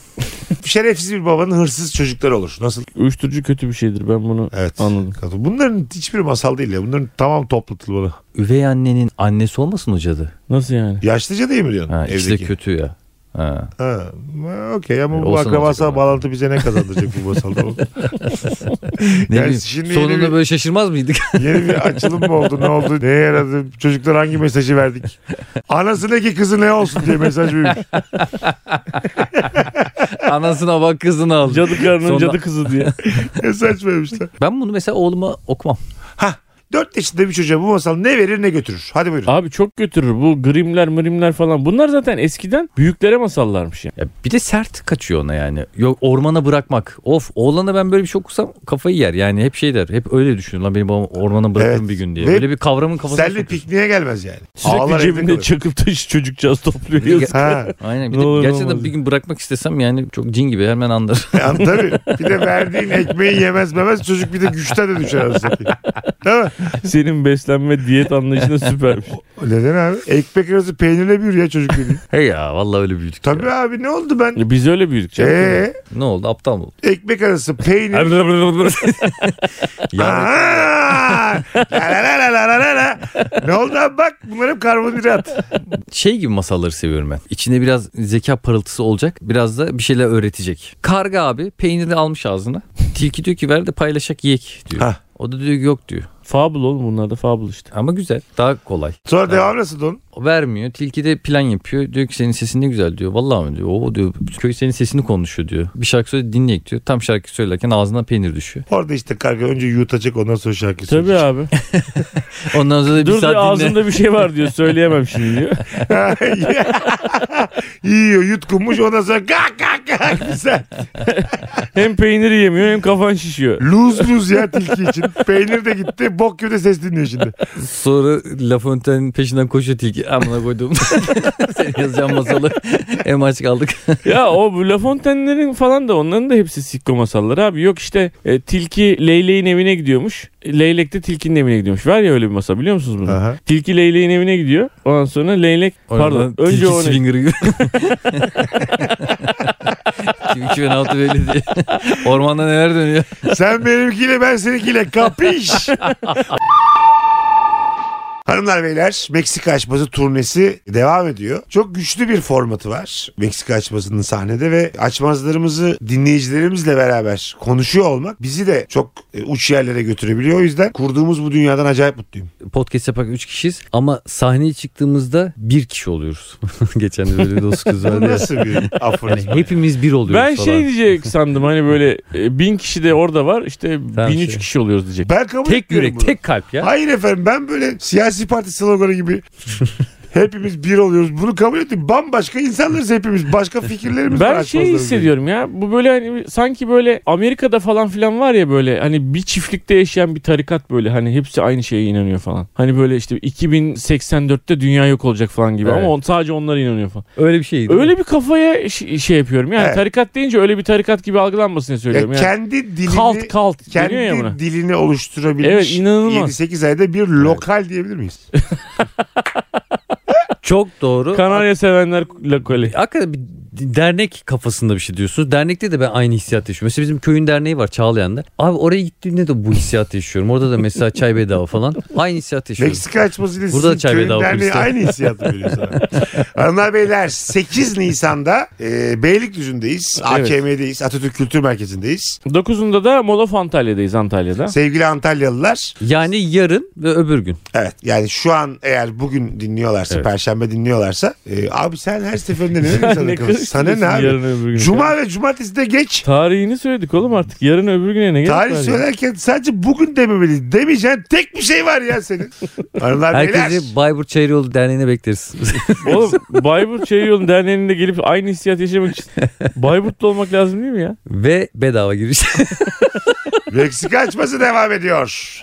S1: Şerefsiz bir babanın hırsız çocukları olur. Nasıl?
S2: Uyuşturucu kötü bir şeydir ben bunu
S1: Evet.
S2: anladım.
S1: Bunların hiçbir masal değil ya. Bunların tamam toplatılmalı.
S3: Üvey annenin annesi olmasın o cadı.
S2: Nasıl yani?
S1: Yaşlıca değil mi diyorsun?
S3: Ha, ikisi de
S1: evdeki?
S3: kötü ya. Ha.
S1: Ha, ma- okey ama bu
S3: E, Olsun olacak
S1: akrabasal
S3: ama.
S1: bağlantı bize ne kazandıracak bu masalda? oğlum?
S3: Ne
S1: Yani
S3: bileyim,
S1: şimdi yeni
S3: sonunda
S1: bir-
S3: böyle şaşırmaz mıydık?
S1: Yeni bir açılım mı oldu? Ne oldu? Neye yaradı? Çocuklara hangi mesajı verdik? Anası ne ki kızı ne olsun diye mesaj vermiş.
S3: Anasına bak kızını al.
S2: Cadı karının
S3: Sonra-
S2: cadı kızı diye.
S1: Mesaj vermişler.
S3: Ben bunu mesela oğluma okumam.
S1: 4 yaşında bir çocuğa bu masal ne verir ne götürür. Hadi buyurun.
S2: Abi çok götürür bu grimler mrimler falan. Bunlar zaten eskiden büyüklere masallarmış yani.
S3: Ya bir de sert kaçıyor ona yani. Yok ormana bırakmak. Of oğlana ben böyle bir şey okusam kafayı yer. Yani hep şey der. Hep öyle düşünür lan beni babam ormana bırakırım
S1: Evet.
S3: bir gün diye.
S1: Ve
S3: böyle bir kavramın kafasına
S1: Senle
S3: sokuyorsun.
S1: pikniğe gelmez yani.
S2: Sürekli
S1: Ağlar evde
S2: cebinde
S1: kalır.
S2: çakıp taşı çocukcağız topluyor.
S3: Bir de-
S2: Yazık.
S1: Ha,
S3: Aynen. Bir
S2: Ne olur
S3: de
S2: ne
S3: gerçekten
S2: olmaz.
S3: bir gün bırakmak istesem yani çok cin gibi hemen anlar.
S1: yani tabii. e, Bir de verdiğin ekmeği yemez memez çocuk bir de güçten de düşer arasındaki. Değil mi?
S2: Senin beslenme diyet anlayışına süpermiş.
S1: Neden abi? Ekmek arası peynirle büyür ya çocuk dediğin.
S3: He ya vallahi öyle büyüdük.
S1: Tabii
S3: ya.
S1: abi ne oldu ben?
S2: Ya Biz öyle büyüdük. canım.
S1: Ee,
S3: Ne oldu aptal mı olduk?
S1: ekmek arası peynir
S3: ya
S1: Aa! La la la la la la la. ne oldu abi bak bunlar hep karbonhidrat.
S3: şey gibi masalları seviyorum ben. İçinde biraz zeka parıltısı olacak. Biraz da bir şeyler öğretecek. Karga abi peyniri almış ağzına. Tilki diyor ki ver de paylaşak yiyek diyor.
S1: Hah.
S3: O da diyor ki yok diyor.
S2: Fable oğlum bunlar da fable işte.
S3: Ama güzel. Daha kolay.
S1: Sonra devam nasıl don?
S3: O vermiyor. Tilki de plan yapıyor. Diyor ki senin sesin ne güzel diyor. Vallahi mi diyor. O diyor köy senin sesini konuşuyor diyor. Bir şarkı söyle dinleyek diyor. Tam şarkı söylerken ağzına peynir düşüyor.
S1: Orada işte karga önce yutacak ondan sonra şarkı
S2: Tabii
S1: söyleyecek.
S2: abi.
S3: Ondan sonra da şey- bir
S2: Dur
S3: saat
S2: diyor
S3: dinle.
S2: ağzımda bir şey var diyor. Söyleyemem şimdi diyor.
S1: Yiyor yutkunmuş ondan sonra kak kak kak bir saat.
S2: Hem peyniri yemiyor hem kafan şişiyor.
S1: Luz luz ya tilki için. Peynir de gitti Herif bok gibi de ses dinliyor şimdi.
S3: Sonra La Fontaine'in peşinden koşuyor tilki. Amına koydum. Senin yazacağın masalı. Hem aç kaldık.
S2: ya o bu La Fontaine'lerin falan da onların da hepsi sikko masalları abi. Yok işte e, tilki Leylek'in evine gidiyormuş. Leylek de tilkinin evine gidiyormuş. Var ya öyle bir masal biliyor musunuz bunu?
S1: Aha.
S2: Tilki Leylek'in evine gidiyor. Ondan sonra Leylek pardon
S3: Ondan
S2: önce
S3: tilki
S2: o ne?
S3: swinger gibi. 2006 belli diye. Ormanda neler dönüyor.
S1: Sen benimkiyle ben seninkiyle kapış. Hanımlar beyler Meksika açması turnesi devam ediyor. Çok güçlü bir formatı var Meksika açmasının sahnede ve açmazlarımızı dinleyicilerimizle beraber konuşuyor olmak bizi de çok e, uç yerlere götürebiliyor. O yüzden kurduğumuz bu dünyadan acayip mutluyum.
S3: Podcast yapak 3 kişiyiz ama sahneye çıktığımızda bir kişi oluyoruz. Geçen de böyle bir dost kız vardı ya.
S1: Nasıl bir
S3: Yani
S1: aforizma?
S3: hepimiz bir oluyoruz
S2: Ben
S3: falan.
S2: şey diyecek sandım hani böyle e, bin kişi de orada var işte
S3: Tamam,
S2: bin üç
S3: şey.
S2: kişi oluyoruz diyecek.
S1: Ben kabul
S3: Tek
S1: etmiyorum
S3: yürek,
S1: bunu.
S3: tek kalp ya.
S1: Hayır efendim ben böyle siyasi parti sloganı gibi hepimiz bir oluyoruz. Bunu kabul ettim. Bambaşka insanlarız hepimiz. Başka fikirlerimiz var.
S2: Ben şey
S1: açmazlarımızla
S2: hissediyorum ya bu böyle hani sanki böyle Amerika'da falan filan var ya böyle hani bir çiftlikte yaşayan bir tarikat böyle hani hepsi aynı şeye inanıyor falan. Hani böyle işte 2084'te dünya yok olacak falan gibi
S3: Evet.
S2: ama on, sadece onlara inanıyor falan.
S3: Öyle bir şey şeydi.
S2: Öyle bir kafaya ş- şey yapıyorum yani
S1: Evet.
S2: tarikat deyince öyle bir tarikat gibi algılanmasını
S1: ilgili.
S2: söylüyorum
S1: Ya
S2: yani.
S1: kendi dilini
S2: Kalt kalt
S1: kendi
S2: deniyor ya buna.
S1: dilini oluşturabilmiş.
S2: Evet, inanılmaz.
S1: 7-8 ayda bir lokal diyebilir miyiz?
S3: Çok doğru.
S2: Kanarya sevenler lokali.
S3: Hakikaten bir dernek kafasında bir şey diyorsunuz. Dernekte de ben aynı hissiyat yaşıyorum. Mesela bizim köyün derneği var Çağlayan'da. Abi oraya gittiğimde de bu hissiyatı yaşıyorum. Orada da mesela çay bedava falan. Aynı hissiyatı yaşıyorum.
S1: Meksika açmasıyla
S3: Burada da
S1: sizin
S3: çay
S1: köyün
S3: bedava
S1: derneği
S3: turiste.
S1: aynı hissiyatı veriyor sana. Hanımlar beyler 8 Nisan'da e, Beylikdüzü'ndeyiz.
S2: Evet.
S1: AKM'deyiz. Atatürk Kültür Merkezi'ndeyiz.
S2: 9'unda da Molof Antalya'dayız Antalya'da.
S1: Sevgili Antalyalılar
S3: Yani yarın ve öbür gün.
S1: Evet yani şu an eğer bugün dinliyorlarsa
S3: Evet.
S1: perşembe dinliyorlarsa e, abi sen her seferinde ne insanı kılıyorsun? Sana ne
S2: karıştırıyorsun
S1: abi?
S2: yarın öbür güne?
S1: Cuma ve cumartesi de geç.
S2: Tarihini söyledik oğlum artık. Yarın öbür güne ne gerek var
S1: Tarih
S2: ya?
S1: söylerken sadece bugün dememeliyiz. Demeyeceğin tek bir şey var ya senin. Hanımlar beyler.
S3: Herkesi Bayburt Çayırıoğlu Derneği'ne bekleriz.
S2: Oğlum Bayburt Çayırıoğlu Derneği'nde gelip aynı hissiyat yaşamak için Bayburtlu olmak lazım değil mi ya?
S3: ve bedava giriş.
S1: Meksika açması devam ediyor.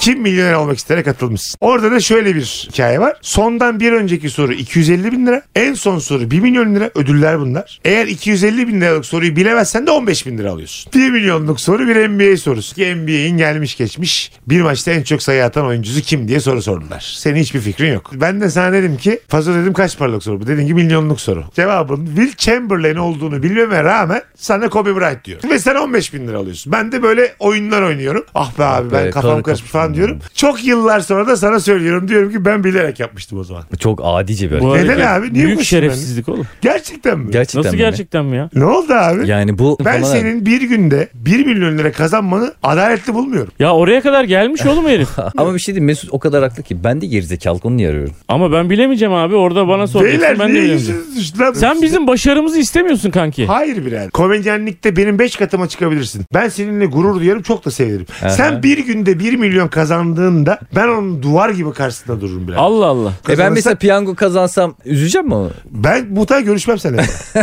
S1: Kim milyoner olmak istere katılmış. Orada da şöyle bir hikaye var. Sondan bir önceki soru 250 bin lira. En son soru 1 milyon lira. Ödüller bunlar. Eğer 250 bin liralık soruyu bilemezsen de 15 bin lira alıyorsun. 1 milyonluk soru bir NBA sorusu. Ki NBA'in gelmiş geçmiş bir maçta en çok sayı atan oyuncusu kim diye soru sordular. Senin hiçbir fikrin yok. Ben de sana dedim ki fazla dedim kaç paralık soru bu. Dedin ki milyonluk soru. Cevabın Will Chamberlain olduğunu bilmeme rağmen sana Kobe Bryant diyor. Ve sen 15 bin lira alıyorsun. Ben de böyle oyunlar oynuyorum. Ah be abi ben
S3: Evet,
S1: kafam
S3: doğru
S1: karışmış
S3: kafam.
S1: falan diyorum. Çok yıllar sonra da sana söylüyorum. Diyorum ki ben bilerek yapmıştım o zaman.
S3: Çok adice bir
S2: Bu
S3: hareket.
S1: Neden
S2: hareket
S1: abi? Niye
S2: Büyük
S1: bu
S2: şerefsizlik oğlum.
S1: Gerçekten mi?
S3: Gerçekten
S2: Nasıl
S3: mi?
S2: gerçekten mi ya?
S1: ne oldu abi?
S3: Yani bu
S1: ben
S3: falan-
S1: senin bir günde 1 milyon lira kazanmanı adaletli bulmuyorum.
S2: Ya oraya kadar gelmiş oğlum herif.
S3: Ama bir şey diyeyim Mesut o kadar haklı ki ben de gerizekalı onu niye arıyorum.
S2: Ama ben bilemeyeceğim abi. Orada bana soracaksın
S1: Beyler
S2: ben de
S1: niye
S2: bilemeyeceğim.
S1: yüzünüz düştü lan?
S2: Sen bizim başarımızı istemiyorsun kanki.
S1: Hayır birader. Komedyenlikte benim 5 katıma çıkabilirsin. Ben seninle gurur duyarım çok da sevinirim.
S3: Aha.
S1: Sen bir günde 1 milyon kazandığında ben onun duvar gibi karşısında dururum birader.
S2: Allah Allah.
S3: E ben
S1: Kazanırsa-
S3: mesela piyango kazansam üzüleceğim mi onu?
S1: Ben muhtemelen görüşmem seninle. ben bir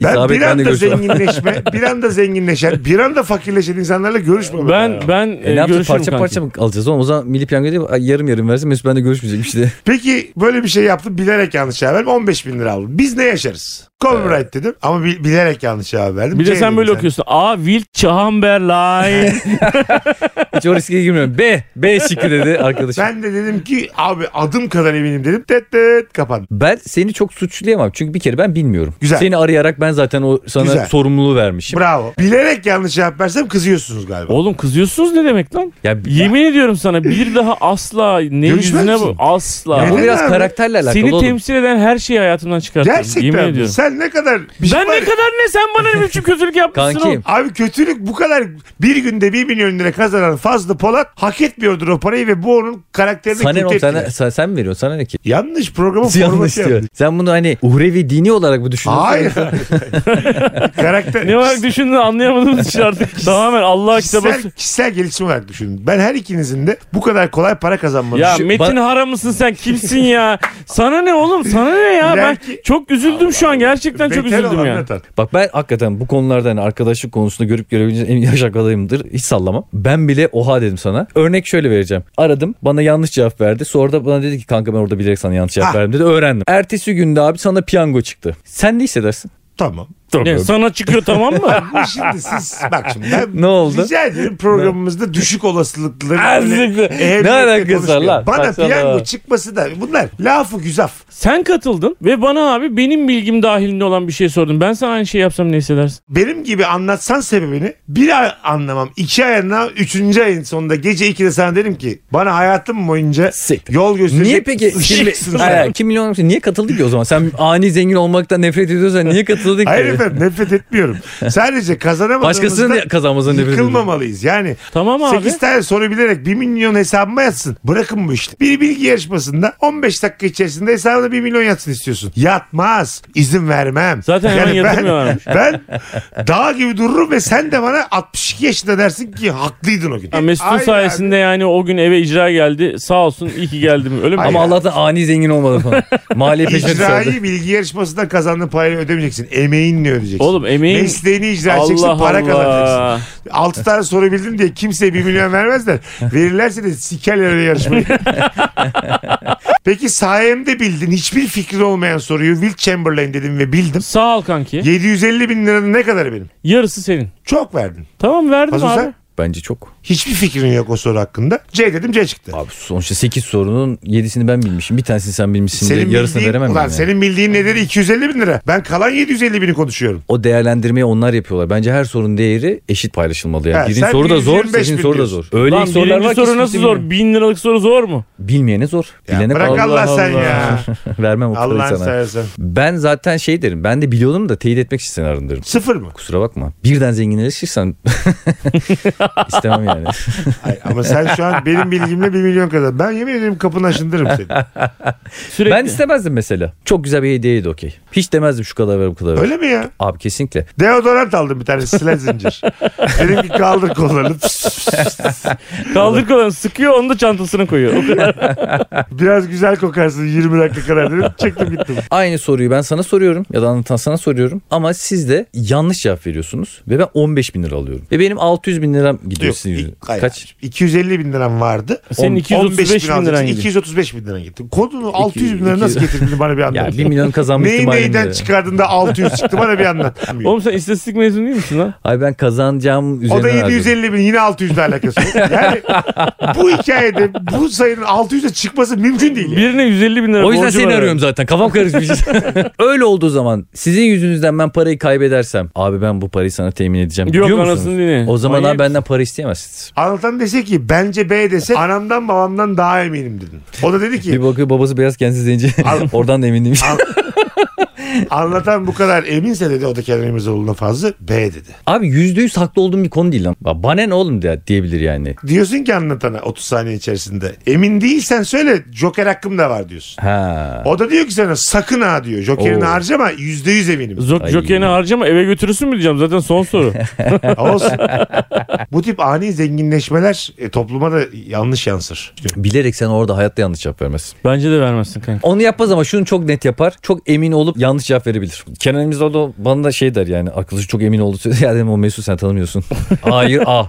S3: İsabet, ben de
S1: anda
S3: görüşmem.
S1: zenginleşme, bir anda zenginleşen, bir anda fakirleşen insanlarla görüşmem.
S2: Ben ben e,
S3: E, ne yapacağız
S2: görüşürüm
S3: parça
S2: kanki.
S3: parça mı alacağız oğlum? O zaman milli piyango değil ay, yarım yarım versin Mesut ben de görüşmeyecek işte.
S1: Peki böyle bir şey yaptım bilerek yanlış cevap verdim 15 bin lira aldım. Biz ne yaşarız? Copyright dedim ama bil- bilerek yanlış cevap verdim.
S2: Bir de
S1: C
S2: sen
S1: dedim
S2: böyle okuyorsun. A Wild Chamberlain.
S3: Hiç o riske girmiyorum. B. B şıkkı dedi arkadaşım. Ben...
S1: Ben de dedim ki abi adım kadar eminim dedim. Tet tet kapandı.
S3: seni çok suçlayamam. Çünkü bir kere ben bilmiyorum.
S1: Güzel.
S3: Seni arayarak ben zaten o sana
S1: Güzel.
S3: sorumluluğu vermişim.
S1: Bravo. Bilerek yanlış cevap versem kızıyorsunuz galiba.
S2: Oğlum kızıyorsunuz ne demek lan?
S3: ya
S2: Yemin ediyorum sana bir daha asla ne
S1: Görüşmez
S2: yüzüne bu
S1: misin?
S2: asla.
S1: Neden
S3: bu biraz
S1: abi?
S3: karakterle alakalı
S2: Seni
S3: oğlum.
S2: temsil eden her şeyi hayatımdan çıkarttım. Yemin
S1: Gerçekten mi?
S2: ediyorum.
S1: Sen ne kadar... Bir şey
S2: ben
S1: var
S2: ne
S1: ya-
S2: kadar ne sen bana ne biçim kötülük yapmışsın
S3: Kankim.
S2: oğlum.
S1: Abi kötülük bu kadar bir günde 1 milyon lira kazanan Fazlı Polat hak etmiyordur o parayı ve bu onun karakterini
S3: Sana ne
S1: kötü
S3: oğlum, sana-
S1: etkiler.
S3: sen, sen mi veriyorsun sana ne ki?
S1: Yanlış programın
S3: Yanlış
S1: formatı
S3: diyor.
S1: yanlış.
S3: Sen bunu hani uhrevi dini olarak mı düşünüyorsun?
S1: Hayır. Karakter...
S2: Ne var düşündün anlayamadığımız için artık tamamen Allah'a kitaba
S1: Kişisel, kişisel gelişim olarak düşünün. Ben her ikinizin de bu kadar kolay para kazanmanızı
S2: ya
S3: Şu-
S2: Metin Hara mısın sen kimsin ya? Sana ne oğlum sana ne ya? Ben
S1: İleriki-
S2: çok üzüldüm şu an Gerçekten çok
S1: Beter
S2: üzüldüm
S1: olan
S2: yani.
S1: beter.
S3: Bak ben hakikaten bu konularda hani arkadaşlık konusunda görüp görebileceğiniz en yaş adayımdır. Hiç sallamam. Ben bile oha dedim sana. Örnek şöyle vereceğim. Aradım bana yanlış cevap verdi. Sonra da bana dedi ki kanka ben orada bilerek sana yanlış cevap
S1: Ah.
S3: verdim dedi. Öğrendim. Ertesi günde abi sana piyango çıktı. Sen ne hissedersin?
S1: Tamam.
S2: Ne, sana çıkıyor tamam mı?
S1: Ama şimdi siz bak şimdi ben
S3: Ne oldu?
S1: rica ederim programımızda düşük olasılıkları böyle
S3: Azıcık.
S1: ehemmiyetle
S3: Ne alakası var
S1: konuşmayalım.
S3: lan?
S1: Bana
S3: Baksana
S1: piyango
S3: bak.
S1: çıkması da bunlar lafı güzaf.
S2: Sen katıldın ve bana abi benim bilgim dahilinde olan bir şey sordun. Ben sana aynı şey yapsam ne hissedersin?
S1: Benim gibi anlatsan sebebini bir ay anlamam. iki ay anlamam. Üçüncü ayın sonunda gece 2'de sana derim ki bana hayatım boyunca
S3: Siktir.
S1: yol gösterecek.
S3: Niye peki? Şimdi,
S1: ışıksın sen.
S3: hayır, kim milyon olmuş? Niye katıldık ki o zaman? Sen ani zengin olmaktan nefret ediyorsan niye katıldık ki?
S1: Hayır efendim nefret etmiyorum. Sadece
S3: Başkasının
S1: kazanamadığımızda
S3: ne- kazanmasını nefret ediyorum.
S1: yıkılmamalıyız. Yani
S2: Tamam abi.
S1: 8 tane soru bilerek 1 milyon hesabıma yatsın. Bırakın bu işi. Bir bilgi yarışmasında 15 dakika içerisinde hesabına 1 milyon yatsın istiyorsun. Yatmaz. İzin vermem.
S2: Zaten hemen
S1: ben-
S2: yatırmıyorlarmış.
S1: Ben, dağ gibi dururum ve sen de bana 62 yaşında dersin ki haklıydın o gün.
S2: Ya Mesut'un
S1: Aynen.
S2: sayesinde yani o gün eve icra geldi. Sağ olsun iyi ki geldim. Öyle mi?
S1: Hayır.
S3: Ama Allah'tan ani zengin olmadı falan. Maliye peşine düşerdi.
S1: İcrai bilgi yarışmasında kazandığın parayı ödemeyeceksin. Emeğinle ödeyeceksin.
S2: Oğlum emeğin...
S1: Mesleğini icra edeceksin,
S2: Allah
S1: para kazanacaksın.
S2: Allah.
S1: 6 tane soru bildin diye kimseye 1 milyon vermezler. Verirlerse de sikerler öyle yarışmayı. Peki sayemde bildin. Hiçbir fikri olmayan soruyu Will Chamberlain dedim ve bildim.
S2: Sağ ol kanki.
S1: 750 bin liranın ne kadarı benim?
S2: Yarısı senin.
S1: Çok verdin.
S2: Tamam verdim
S1: Fazıl
S2: abi.
S1: sen?
S3: Bence çok.
S1: Hiçbir fikrin yok o soru hakkında. C dedim C çıktı.
S3: Abi sonuçta 8 sorunun 7'sini ben bilmişim. Bir tanesini sen bilmişsin
S1: Senin
S3: diye yarısını
S1: bildiğin,
S3: veremem
S1: ulan
S3: ben yani.
S1: senin bildiğin nedir? 250 bin lira. Ben kalan 750 bini konuşuyorum.
S3: O değerlendirmeyi onlar yapıyorlar. Bence her sorunun değeri eşit paylaşılmalı yani.
S1: Ha,
S3: Birinin
S1: sen
S3: soru da zor,
S1: 125
S3: senin
S1: bin
S3: soru da
S1: diyorsun.
S3: zor. Öyle
S2: Lan
S3: sorular var
S2: birinci
S3: ki
S2: soru
S3: kimse
S2: nasıl zor?
S3: bilmiyor.
S2: Bin liralık soru zor mu?
S3: Bilmeyene zor.
S1: Ya
S3: Bilene
S1: bırak
S3: kolay.
S1: Allah,
S2: Allah
S1: sen
S2: Allah.
S1: ya.
S3: Vermem o parayı
S1: Allah'ın
S3: sana.
S1: sayarsan.
S3: Ben zaten şey derim. Ben de biliyordum da teyit etmek için seni arındırırım.
S1: Sıfır mı?
S3: Kusura bakma. Birden zenginleşirsen istemem yani.
S1: Ay, ama sen şu an benim bilgimle 1 milyon kadar. Ben yemin ediyorum kapını aşındırırım seni.
S2: Sürekli.
S3: ben istemezdim mesela. Çok güzel bir hediyeydi okey. Hiç demezdim şu kadar ver bu kadar ver.
S1: Öyle mi ya?
S3: Abi kesinlikle.
S1: Deodorant aldım bir tane silah zincir. Dedim ki kaldır kollarını. Pıs, pıs, pıs.
S2: Kaldır kolanı sıkıyor onu da çantasına koyuyor. O kadar.
S1: Biraz güzel kokarsın 20 dakika kadar dedim. Çektim gittim.
S3: Aynı soruyu ben sana soruyorum ya da anlatan sana soruyorum. Ama siz de yanlış cevap veriyorsunuz ve ben 15 bin lira alıyorum. Ve benim 600 bin liram gidiyor
S1: Yok,
S3: sizin
S1: ilk-
S3: yüzünüzden.
S1: hayır.
S3: Kaç?
S1: 250 bin liram vardı.
S2: Senin 235 bin liran
S1: alacaksın.
S2: gidiyor.
S1: 235 bin liran gitti. Kodunu 600 bin lira
S3: iki-
S1: nasıl getirdin bana bir
S3: Ya
S1: anlat.
S3: 1 milyon kazanma
S1: Neyi
S3: ihtimalim
S1: neyden
S3: de.
S1: çıkardın da 600 çıktı bana bir anlat.
S2: Oğlum sen istatistik mezunu değil misin lan?
S3: Ay ben kazanacağım üzerine
S1: O da
S3: harcıyorum.
S1: 750 bin yine 600 ile alakası yok. Yani bu hikayede bu sayının 600'e çıkması mümkün değil.
S2: Birine 150 bin lira
S3: O yüzden
S2: borcu
S3: seni
S2: var
S3: arıyorum zaten. Kafam karışmış. Öyle olduğu zaman sizin yüzünüzden ben parayı kaybedersem abi ben bu parayı sana temin edeceğim.
S2: Yok
S3: diyor musunuz?
S2: anasını dinle.
S3: O zaman
S2: Manyak
S3: abi benden para isteyemezsiniz.
S1: Anlatan dese ki bence B dese anamdan babamdan daha eminim dedin. O da dedi
S3: Bir
S1: ki
S3: bakıyor babası beyaz kendisi zenci. Oradan da emin değilmiş.
S1: anlatan bu kadar eminse dedi o da Kenan İmirzalıoğlu'na fazla B dedi.
S3: Abi yüzde yüz haklı olduğum bir konu değil lan. Ba- Bana ne oğlum de, diyebilir yani.
S1: Diyorsun ki anlatana 30 saniye içerisinde emin değilsen söyle joker hakkım da var diyorsun.
S3: Ha.
S1: O da diyor ki sana sakın ha diyor. Jokerini
S3: Oo.
S1: harcama %100 eminim.
S2: Zok
S3: Ay.
S2: jokerini harcama eve götürürsün mü diyeceğim zaten son soru.
S1: Olsun. Bu tip ani zenginleşmeler e, topluma da yanlış yansır.
S3: Bilerek sen orada hayatta yanlış cevap vermezsin.
S2: Bence de vermezsin kanka.
S3: Onu yapmaz ama şunu çok net yapar. Çok emin olup yanlış cevap verebilir. Kenan İmirzalıoğlu bana da şey der yani. Akıllısı çok emin oldu. Ya dedim o Mesut sen tanımıyorsun. Hayır ah.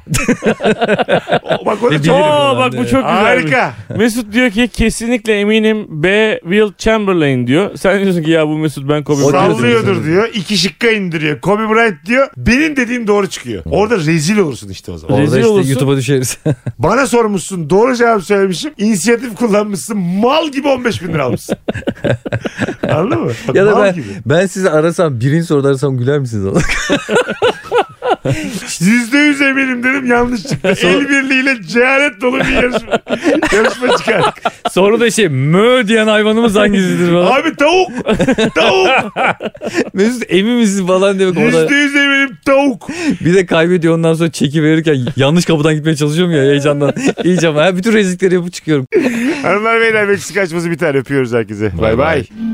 S1: O, bak o da
S3: Ne
S1: çok-
S3: Bilirim
S2: Oo
S3: ben
S2: bak
S3: de.
S2: bu çok güzel.
S1: Harika.
S2: Mesut diyor ki kesinlikle eminim B. Will Chamberlain diyor. Sen diyorsun ki ya bu Mesut ben Kobe
S3: O
S2: Bryant.
S3: diyor-
S1: Sallıyordur diyor. iki şıkka indiriyor. Kobe Bryant diyor. Benim dediğim doğru çıkıyor.
S3: Hmm.
S1: Orada rezil olursun işte o zaman.
S3: Orada
S2: Rezil
S3: işte
S2: olursun.
S3: YouTube'a düşeriz.
S1: Bana sormuşsun doğru cevap söylemişim. İnisiyatif kullanmışsın. Mal gibi 15 bin lira almışsın. Anladın mı? Bak,
S3: ya da
S1: mal
S3: ben,
S1: gibi.
S3: ben sizi arasam birinci soruda arasam güler misiniz?
S1: Yüzde yüz eminim dedim yanlış çıktı. El birliğiyle cehalet dolu bir yarışma, yarışma çıkardık.
S3: Sonra da şey mö diyen hayvanımız hangisidir falan.
S1: Abi tavuk. Tavuk.
S3: Mesut emin misin falan demek orada.
S1: Yüzde yüz eminim tavuk.
S3: Bir de kaybediyor ondan sonra çeki verirken yanlış kapıdan gitmeye çalışıyorum ya heyecandan. İyice ama ha, bütün rezillikleri yapıp çıkıyorum.
S1: Hanımlar beyler Meksika açması biter. Öpüyoruz herkese. Bay bay.
S3: bay.